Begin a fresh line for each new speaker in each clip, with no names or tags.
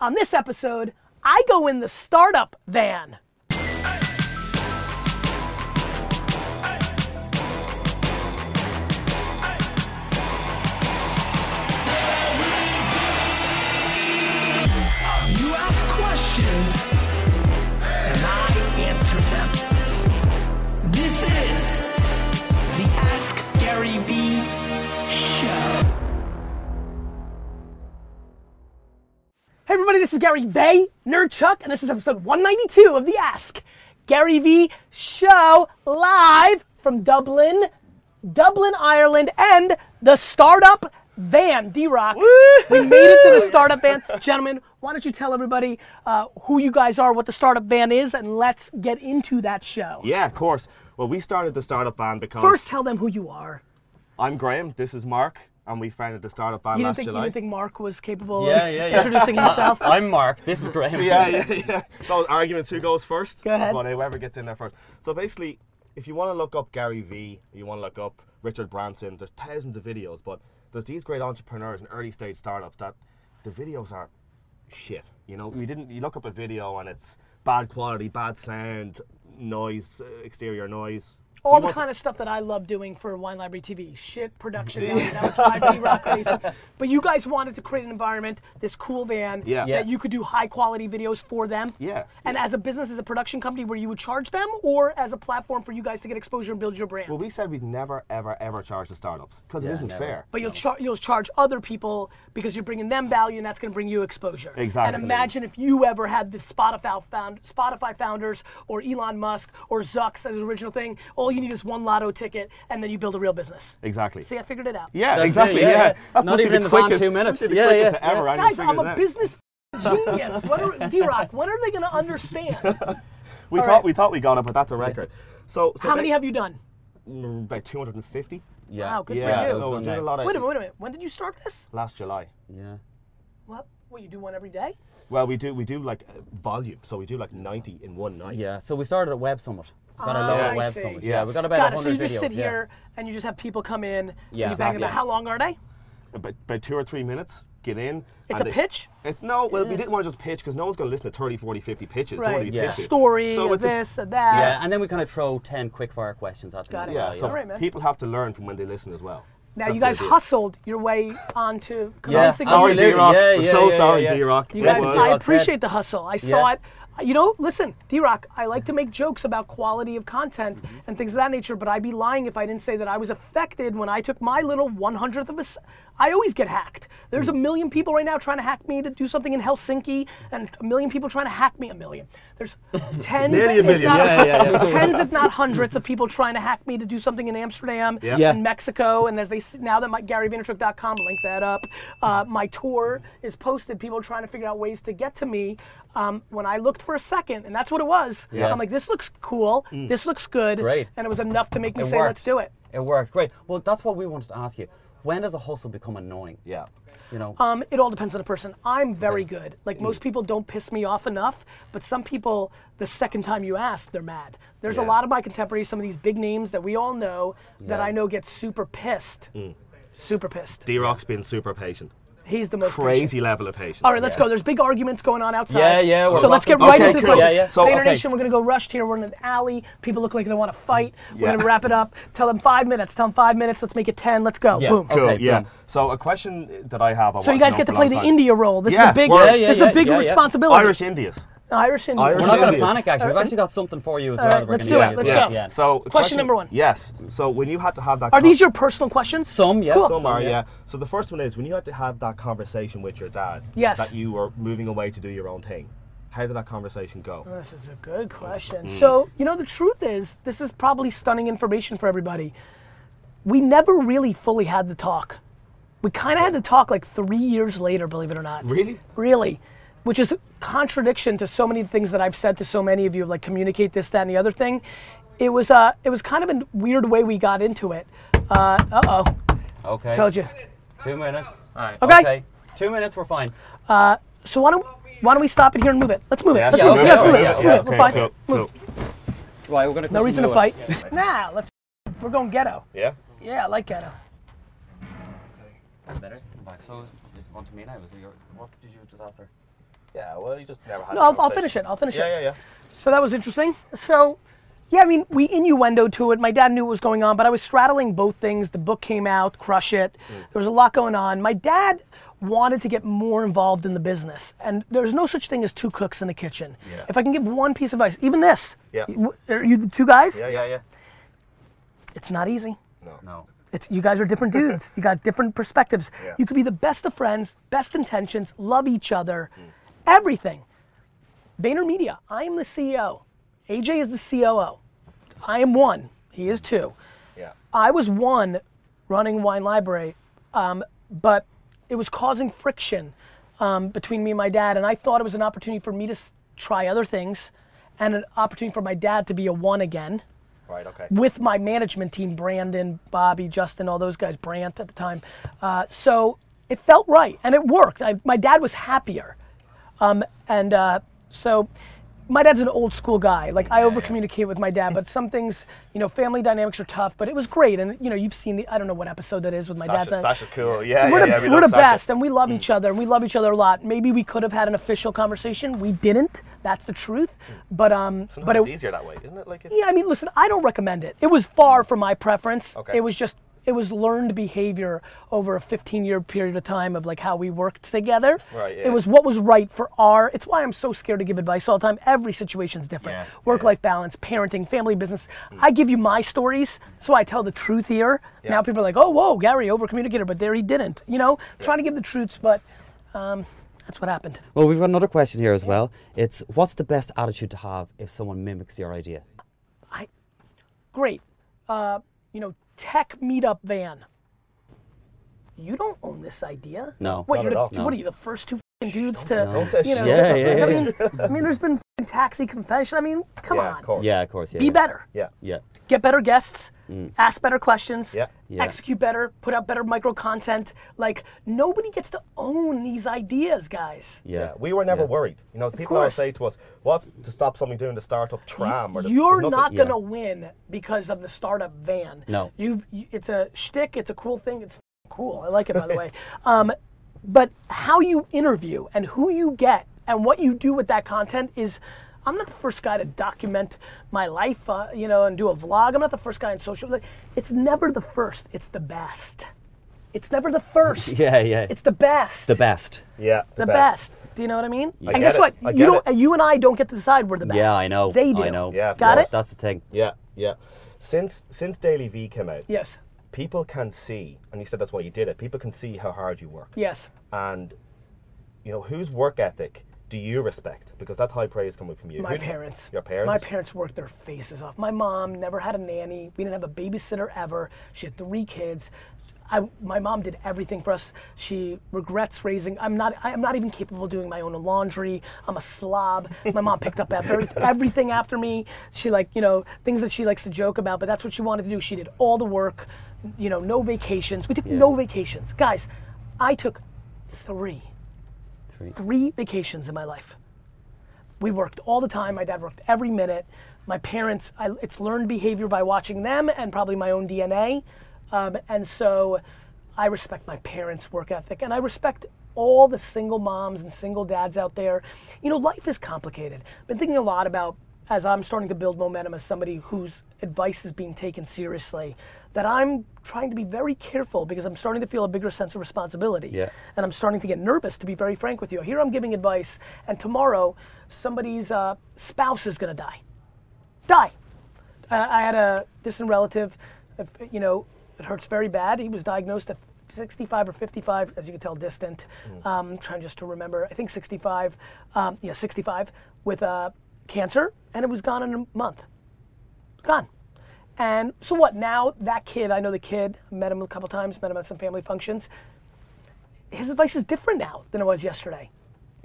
On this episode, I go in the startup van.
You ask questions, and I answer them. This is the Ask Gary Vee Show.
Hey everybody, this is Gary Vay, Nerd Chuck, and this is episode 192 of the Ask Gary V Show live from Dublin, Dublin, Ireland, and the startup van, D Rock. We made it to the startup van. Gentlemen, why don't you tell everybody uh, who you guys are, what the startup van is, and let's get into that show.
Yeah, of course. Well, we started the startup band because
First, tell them who you are.
I'm Graham. This is Mark, and we founded the startup band
You didn't,
last
think, you
July.
didn't think Mark was capable
Yeah,
of
yeah, yeah.
introducing himself?
I'm Mark. This is Graham.
yeah, yeah, yeah. It's always arguments who goes first.
Go ahead.
But whoever gets in there first. So basically, if you want to look up Gary Vee, you want to look up Richard Branson, there's thousands of videos, but there's these great entrepreneurs and early stage startups that the videos are shit. You know, you didn't you look up a video and it's bad quality, bad sound, noise, uh, exterior noise.
all
You
the
want-
kind of stuff that I love doing for Wine Library TV. Shit production value, that would drive me rock crazy. But you guys wanted to create an environment, this cool van,
Yeah. Yeah.
that you could do high quality videos for them.
Yeah.
And as a business, as a production company, where you would charge them, or as a platform for you guys to get exposure and build your brand.
Well, we said we'd never, ever, ever charge the startups because it isn't
never.
fair.
but you'll, char- you'll charge other people because you're bringing them value and that's going to bring you exposure.
Exactly.
And imagine if you ever had the Spotify, found- Spotify founders or Elon Musk or Zucks as an original thing. All you need is one lotto ticket and then you build a real business.
Exactly.
See, I figured it out.
Yeah,
That's it,
exactly.
yeah,
yeah,
yeah.
That's
Not
must be
even
the
in the van
quickest-
two minutes.
must be the
Yeah,
quickest
yeah,
ever.
yeah.
I just
Guys,
figured
I'm
it
a
out.
business genius. What are D-Rock? When are they going to understand?
We thought
right.
we thought we got it, but that's a record. So, so mm,
How many have you done?
you? About 250.
Yeah.
Wow, good for
Yeah.
you.
So we're
Done
doing a
that.
lot of
Wait a minute. Wait a minute. When did you start this?
last July.
Yeah.
What? What you do one every day?
Well, we do we do like uh, volume, so we do like 90 in one night.
Yeah. So we started at Web Summit. Got a
Ah,
lot
I
of Web
see.
Summit.
Yeah.
Yeah. We got about
Got it. So
100
you just
videos.
sit
yeah.
here and you just have people come in. and
Yeah,
you bang
exactly.
about. How long are they?
About, about two or three minutes. Get in.
It's
and
a
they-
pitch?
It's no. Well, we didn't want to just pitch because no one's going to listen to 30, 40, 50 pitches. They wanna
Right.
be
Yeah.
pitchy.
Story.
So
a
it's a-
this. A that.
Yeah. And then we kind of throw 10 quick fire questions at them.
Got
as
it.
yeah.
well,
So
Alright, man.
people have to learn from when they listen as well.
Now
That's
you
the
guys
idea.
hustled your way onto
Yeah,
convincing
Sorry,
us-
Absolutely.
D-Rock.
Yeah,
I'm
yeah,
so
yeah,
sorry,
yeah.
D-Rock.
You
It
guys,
was.
I
Rock
appreciate
said.
the hustle. I saw
Yeah.
it. You know, listen, D Rock, I like to make jokes about quality of content
Mm-hmm.
and things of that nature, but I'd be lying if I didn't say that I was affected when I took my little 100th of a. s- I always get hacked. There's
Mm.
a million people right now trying to hack me to do something in Helsinki, and a million people trying to hack me. A million. There's tens,
Nearly a
if
million.
not-
Yeah,
tens, if not hundreds, of people trying to hack me to do something in Amsterdam
Yeah.
Yeah.
and Mexico. And as they s- now that my GaryVaynerchuk.com link that up, uh, my tour is posted. People are trying to figure out ways to get to me. Um, when I looked for a second, and that's what it was.
Yeah. Mm.
I'm like, this looks cool. This looks good.
Great.
And it was enough to make me
It
say,
worked.
let's do it.
It worked. Great. Well, that's what we wanted to ask you. When does a hustle become annoying?
Yeah.
You know.
Um, it all depends on the person. I'm very good. Like
Mm.
most people don't piss me off enough, but some people, the second time you ask, they're mad. There's a
Yeah.
lot of my contemporaries, some of these big names that we all know that
Yeah. Mm.
I know get super pissed. Super pissed.
D-Rock's been super patient.
He's the most patient.
Crazy level of patience.
All right, let's go. There's big arguments going on outside.
Yeah, yeah, we're
So let's get
rocking.
right
Okay,
into the
cool.
question.
Yeah, yeah.
So,
Vayner
okay.
Nation, we're going to go rushed here. We're in an alley. People look like they want to fight.
Mm,
We're
Yeah.
going to wrap it up. Tell them five minutes. Tell them five minutes. Let's make it ten. Let's go.
Yeah,
Boom.
okay.
Cool. yeah.
boom.
So a question that I have. I
So you guys get to play the India role. This is
Yeah,
a big,
we're-
Yeah, yeah,
this is
yeah,
a big
yeah, yeah.
responsibility.
Irish Indias.
Irish Indian.
Irish
we're not going to
serious.
panic, actually. We've actually got something for you as well.
Uh, right,
that we're
let's
gonna
do
give
it.
you
Let's
as well.
go.
Yeah.
So a
number one.
Yes. So when you had to have that.
Are
con-
these your personal questions?
Some, yes.
Cool.
Some are,
Yeah.
yeah. So the first one is when you had to have that conversation with your dad.
Yes.
That you were moving away to do your own thing. How did that conversation go?
This is a good
Hmm.
question. So, you know, the truth is, this is probably stunning information for everybody. We never really fully had the talk. We kind of had the talk like three years later, believe it or not.
Really?
Really. Which is a contradiction to so many things that I've said to so many of you, like communicate this, that, and the other thing. It was, uh, it was kind of a weird way we got into it. Uh oh,
Okay.
told you.
Two minutes. All right.
Okay.
Two minutes. We're fine.
So why don't why don't we stop it here and move it? Let's move it. Let's
so
move it.
move
Let's
it,
move it.
yeah,
Let's
yeah,
move it. We're fine.
Cool,
Move.
cool.
Right. We're going to.
No reason to fight. Nah, let's. We're going ghetto.
Yeah.
Yeah, I like ghetto.
Better. Come back. So, it's on to me now. Was it your, what did you just after?
Yeah, well, you just never had.
No,
a
I'll- I'll
conversation.
finish it, I'll finish
yeah,
it.
Yeah, yeah,
So that was interesting. So, yeah, I mean, we innuendo to it. My dad knew what was going on, but I was straddling both things. The book came out, Crush It.
Mm.
There was a lot going on. My dad wanted to get more involved in the business, and there's no such thing as two cooks in the kitchen.
Yeah.
If I can give one piece of advice, even this,
Yeah.
you- are you the two guys?
yeah, yeah, yeah.
It's not easy.
No.
No.
It's, you guys are different dudes. you got different perspectives.
Yeah.
You could be the best of friends, best intentions, love each other, everything. VaynerMedia, I am the E CEO. AJ is the COO. I am one. He is two.
Yeah.
I was one running Wine Library, um, but it was causing friction um, between me and my dad, and I thought it was an opportunity for me to s- try other things and an opportunity for my dad to be a one again
Right. Okay.
with my management team, Brandon, Bobby, Justin, all those guys, Brant at the time. Uh, so it felt right, and it worked. I, my dad was happier, um, and uh, so my dad's an old school guy. Like I over communicate with my dad, but some things, you know, family dynamics are tough. But it was great, and you know, you've seen the I don't know what episode that is with my
Sasha,
dad. uh,
Sasha's cool. Yeah,
we're
yeah,
the,
yeah. We
we're the
love Sasha. Mm.
best, and we love each other, and we love each other a lot. Maybe we could have had an official conversation. We didn't. That's the truth. But um,
Mm. Sometimes
but
it's
it,
easier that way, isn't it? Like, if,
yeah, I mean, listen, I don't recommend it. It was far from my preference.
Okay.
It was just, it was learned behavior over a 15 year period of time of like how we worked together.
Right, yeah.
It was what was right for our, it's why I'm so scared to give advice all the time. Every situation's different.
Yeah, Hmm.
Work life balance, parenting, family business. I give you my stories, so I tell the truth here. Now people are like, oh, whoa, Gary over communicator, but there he didn't. You know, trying to give the truths, but um, that's what happened.
Well, we've got another question here as well. It's what's the best attitude to have if someone mimics your idea?
I, great, uh, you know, tech meetup van. You don't own this idea.
No,
What,
not
you're
at
the,
all.
What
No.
are you, the first two f***ing dudes to?
Don't say
you know,
shit.
Yeah, yeah, yeah.
I mean, I mean, there's been f***ing taxi confession. I mean, come
yeah,
on.
of course.
Yeah, of course. Yeah.
Be
yeah.
better.
Yeah.
Yeah.
Get better guests. Ask better questions.
Yeah.
Mm. Yeah.
Execute better. Put out better micro content. Like nobody gets to own these ideas, guys.
Yeah.
Yeah, we were never
yeah.
worried. You know, people
course.
always say to us, "What's to stop somebody doing the startup tram?" or the,
You're
there's nothing.
not
Yeah.
gonna win because of the startup van.
No.
you. you- It's a shtick. It's a cool thing. It's f***ing cool. I like it by the way. Um, but how you interview and who you get and what you do with that content is. I'm not the first guy to document my life, uh, you know, and do a vlog. I'm not the first guy in social. Like, it's never the first. It's the best. It's never the first.
Yeah, yeah.
It's the best.
The best.
Yeah,
The best. Do you know what I mean? and
get
guess
it.
what?
I
you
get
don't.
it.
You and I don't get to decide we're the best.
Yeah, I know.
They do.
I know.
Yeah, of
Got
course.
it?
That's the thing.
Yeah, yeah. Since since Daily V came out,
Yes.
people can see, and you said that's why you did it. People can see how hard you work.
Yes.
And you know whose work ethic do you respect? Because that's high praise coming from you.
My
Who do-
parents.
Your parents.
My parents worked their faces off. My mom never had a nanny. We didn't have a babysitter ever. She had three kids. I, my mom did everything for us. She regrets raising. I'm not. I'm not even capable of doing my own laundry. I'm a slob. My mom picked up after everything after me. She like you know things that she likes to joke about, but that's what she wanted to do. She did all the work. You know, no vacations. We took no vacations, guys. I took three
Three.
three vacations in my life. We worked all the time. My dad worked every minute. My parents, I, it's learned behavior by watching them and probably my own DNA. Um, and so I respect my parents' work ethic and I respect all the single moms and single dads out there. You know, life is complicated. I've been thinking a lot about as I'm starting to build momentum as somebody whose advice is being taken seriously, that I'm trying to be very careful because I'm starting to feel a bigger sense of responsibility
Yeah.
and I'm starting to get nervous, to be very frank with you. Here I'm giving advice, and tomorrow somebody's uh, spouse is gonna die. Die. Uh, I had a distant relative, uh, you know, it hurts very bad. He was diagnosed at 65 or 55, as you can tell, distant.
Mm.
Um, trying just to remember, I think 65, um, yeah, 65, with uh, cancer, and it was gone in a month gone. And so what? Now that kid, I know the kid, met him a couple times, met him at some family functions. His advice is different now than it was yesterday.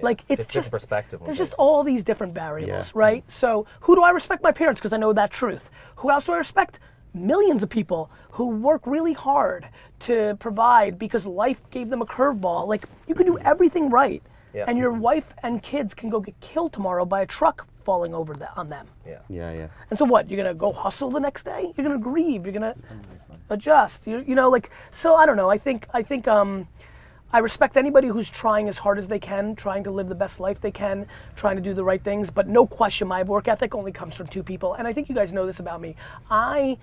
like it's
just
just,
different perspective on
There's just
things.
all these different variables,
Yeah.
right? So who do I respect? My parents, because I know that truth. Who else do I respect? Millions of people who work really hard to provide because life gave them a curveball. Like you can do everything right,
Yeah.
and your wife and kids can go get killed tomorrow by a truck falling over the, on them.
Yeah.
Yeah, yeah.
And so what? You're gonna go hustle the next day? You're gonna grieve? You're gonna adjust? You, you know, like so. I don't know. I think I think um, I respect anybody who's trying as hard as they can, trying to live the best life they can, trying to do the right things, but no question my work ethic only comes from two people. And I think you guys know this about me. I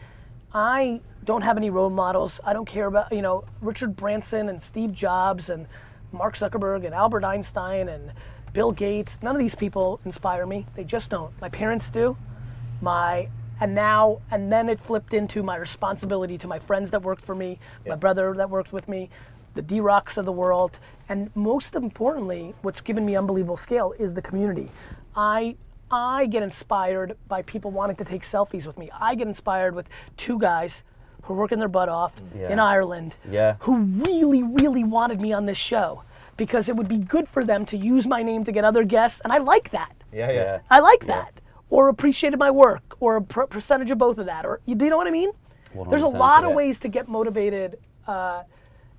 I don't have any role models. I don't care about, you know, Richard Branson and Steve Jobs and Mark Zuckerberg and Albert Einstein and Bill Gates. None of these people inspire me. They just don't. My parents do. My and now and then it flipped into my responsibility to my friends that worked for me, my brother that worked with me, the D Rocks of the world, and most importantly, what's given me unbelievable scale is the community. I I get inspired by people wanting to take selfies with me. I get inspired with two guys who are working their butt off in
Yeah.
Ireland
Yeah.
who really, really wanted me on this show because it would be good for them to use my name to get other guests, and I like that.
Yeah, yeah.
I like that. Or appreciated my work, or a per- percentage of both of that, or you, do you know what I mean? There's a
100%,
lot of
yeah.
ways to get motivated uh,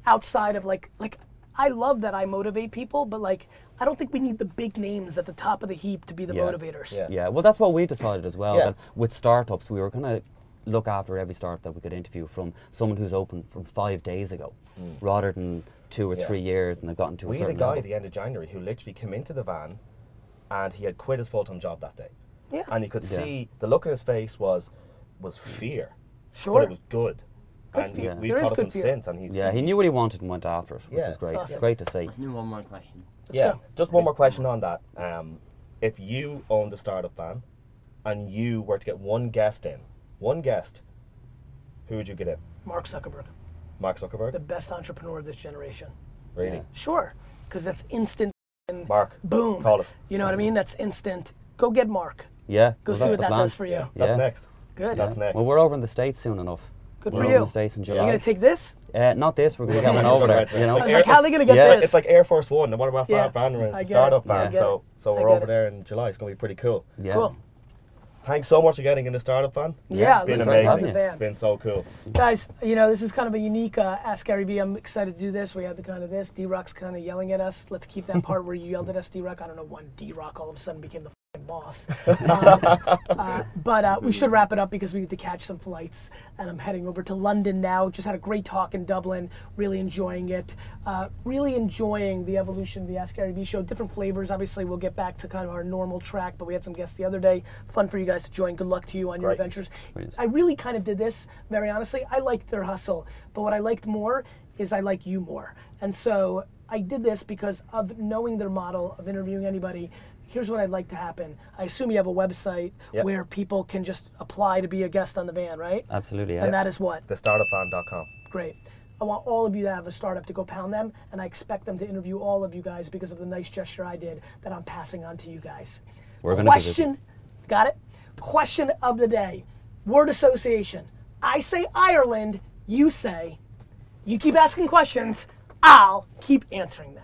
outside of like like I love that I motivate people, but like I don't think we need the big names at the top of the heap to be the
Yeah.
motivators.
Yeah.
Yeah, well, that's what we decided as well.
Yeah.
That with startups, we were going to look after every startup that we could interview from someone who's open from five days ago, rather than two or
Mm. Yeah.
three years and they've gotten to a
We had a
certain
guy at
level.
the end of January who literally came into the van and he had quit his full time job that day.
Yeah.
And you could
Yeah.
see the look in his face was was fear.
Sure.
But it was good. and we,
fear.
we
There is
caught up
good
with him
fear.
since and he's
Yeah, he knew what he wanted and went after it, which
Yeah.
was great.
That's awesome.
It's great to see.
New one more question.
Yeah.
go.
Just one more question on that. Um, if you owned a startup van and you were to get one guest in, one guest, who would you get in?
Mark Zuckerberg,
Mark Zuckerberg?
the best entrepreneur of this generation.
really?
Sure, because that's instant.
Mark.
Boom.
Call it.
You know what I mean? That's instant. Go get Mark.
Yeah,
Go
well,
see
that's
what
the
that
plan.
does for you.
That's
Yeah.
next.
Good.
That's next.
Well, we're over in the States soon enough.
Good
we're
for
over
you.
in the States in
You're
July.
gonna take this?
uh, not this, we're going to get one over there. You know?
I was like, how are they gonna get
Yeah.
this?
It's like Air Force One, the Waterbuff
Yeah,
yeah. van,
I
it's
get
a startup
it.
I
van.
get
So,
it.
so
I
we're
get
over
it.
there in July. It's going to be pretty cool.
yeah.
Cool.
Thanks so much for getting in the startup van.
Yeah,
it's been
listen, thanks for
amazing.
having me.
It's been so cool.
Guys, you know, this is kind of a unique uh, Ask Gary Vee. I'm excited to do this. We had the kind of this. D Rock's kind of yelling at us. Let's keep that part where you yelled at us, D Rock. I don't know when D Rock all of a sudden became the fing boss. Um, uh, but uh, we should
Mm-hmm.
wrap it up because we need to catch some flights. And I'm heading over to London now. Just had a great talk in Dublin. Really enjoying it. Uh, really enjoying the evolution of the Ask Gary Vee show. Different flavors. Obviously, we'll get back to kind of our normal track, but we had some guests the other day. Fun for you guys to join. Good luck to you on your
Great.
adventures. I really kind of did this, very honestly. I liked their hustle, but what I liked more is I like you more. And so I did this because of knowing their model of interviewing anybody. Here's what I'd like to happen. I assume you have a website
Yep.
where people can just apply to be a guest on the van, right?
Absolutely, yeah.
And that is what?
Thestartupvan.com.
Great. I want all of you that have a startup to go pound them, and I expect them to interview all of you guys because of the nice gesture I did that I'm passing on to you guys.
We're gonna
Question, got it? Question of the day. Word association. I say Ireland, you say, you keep asking questions, I'll keep answering them.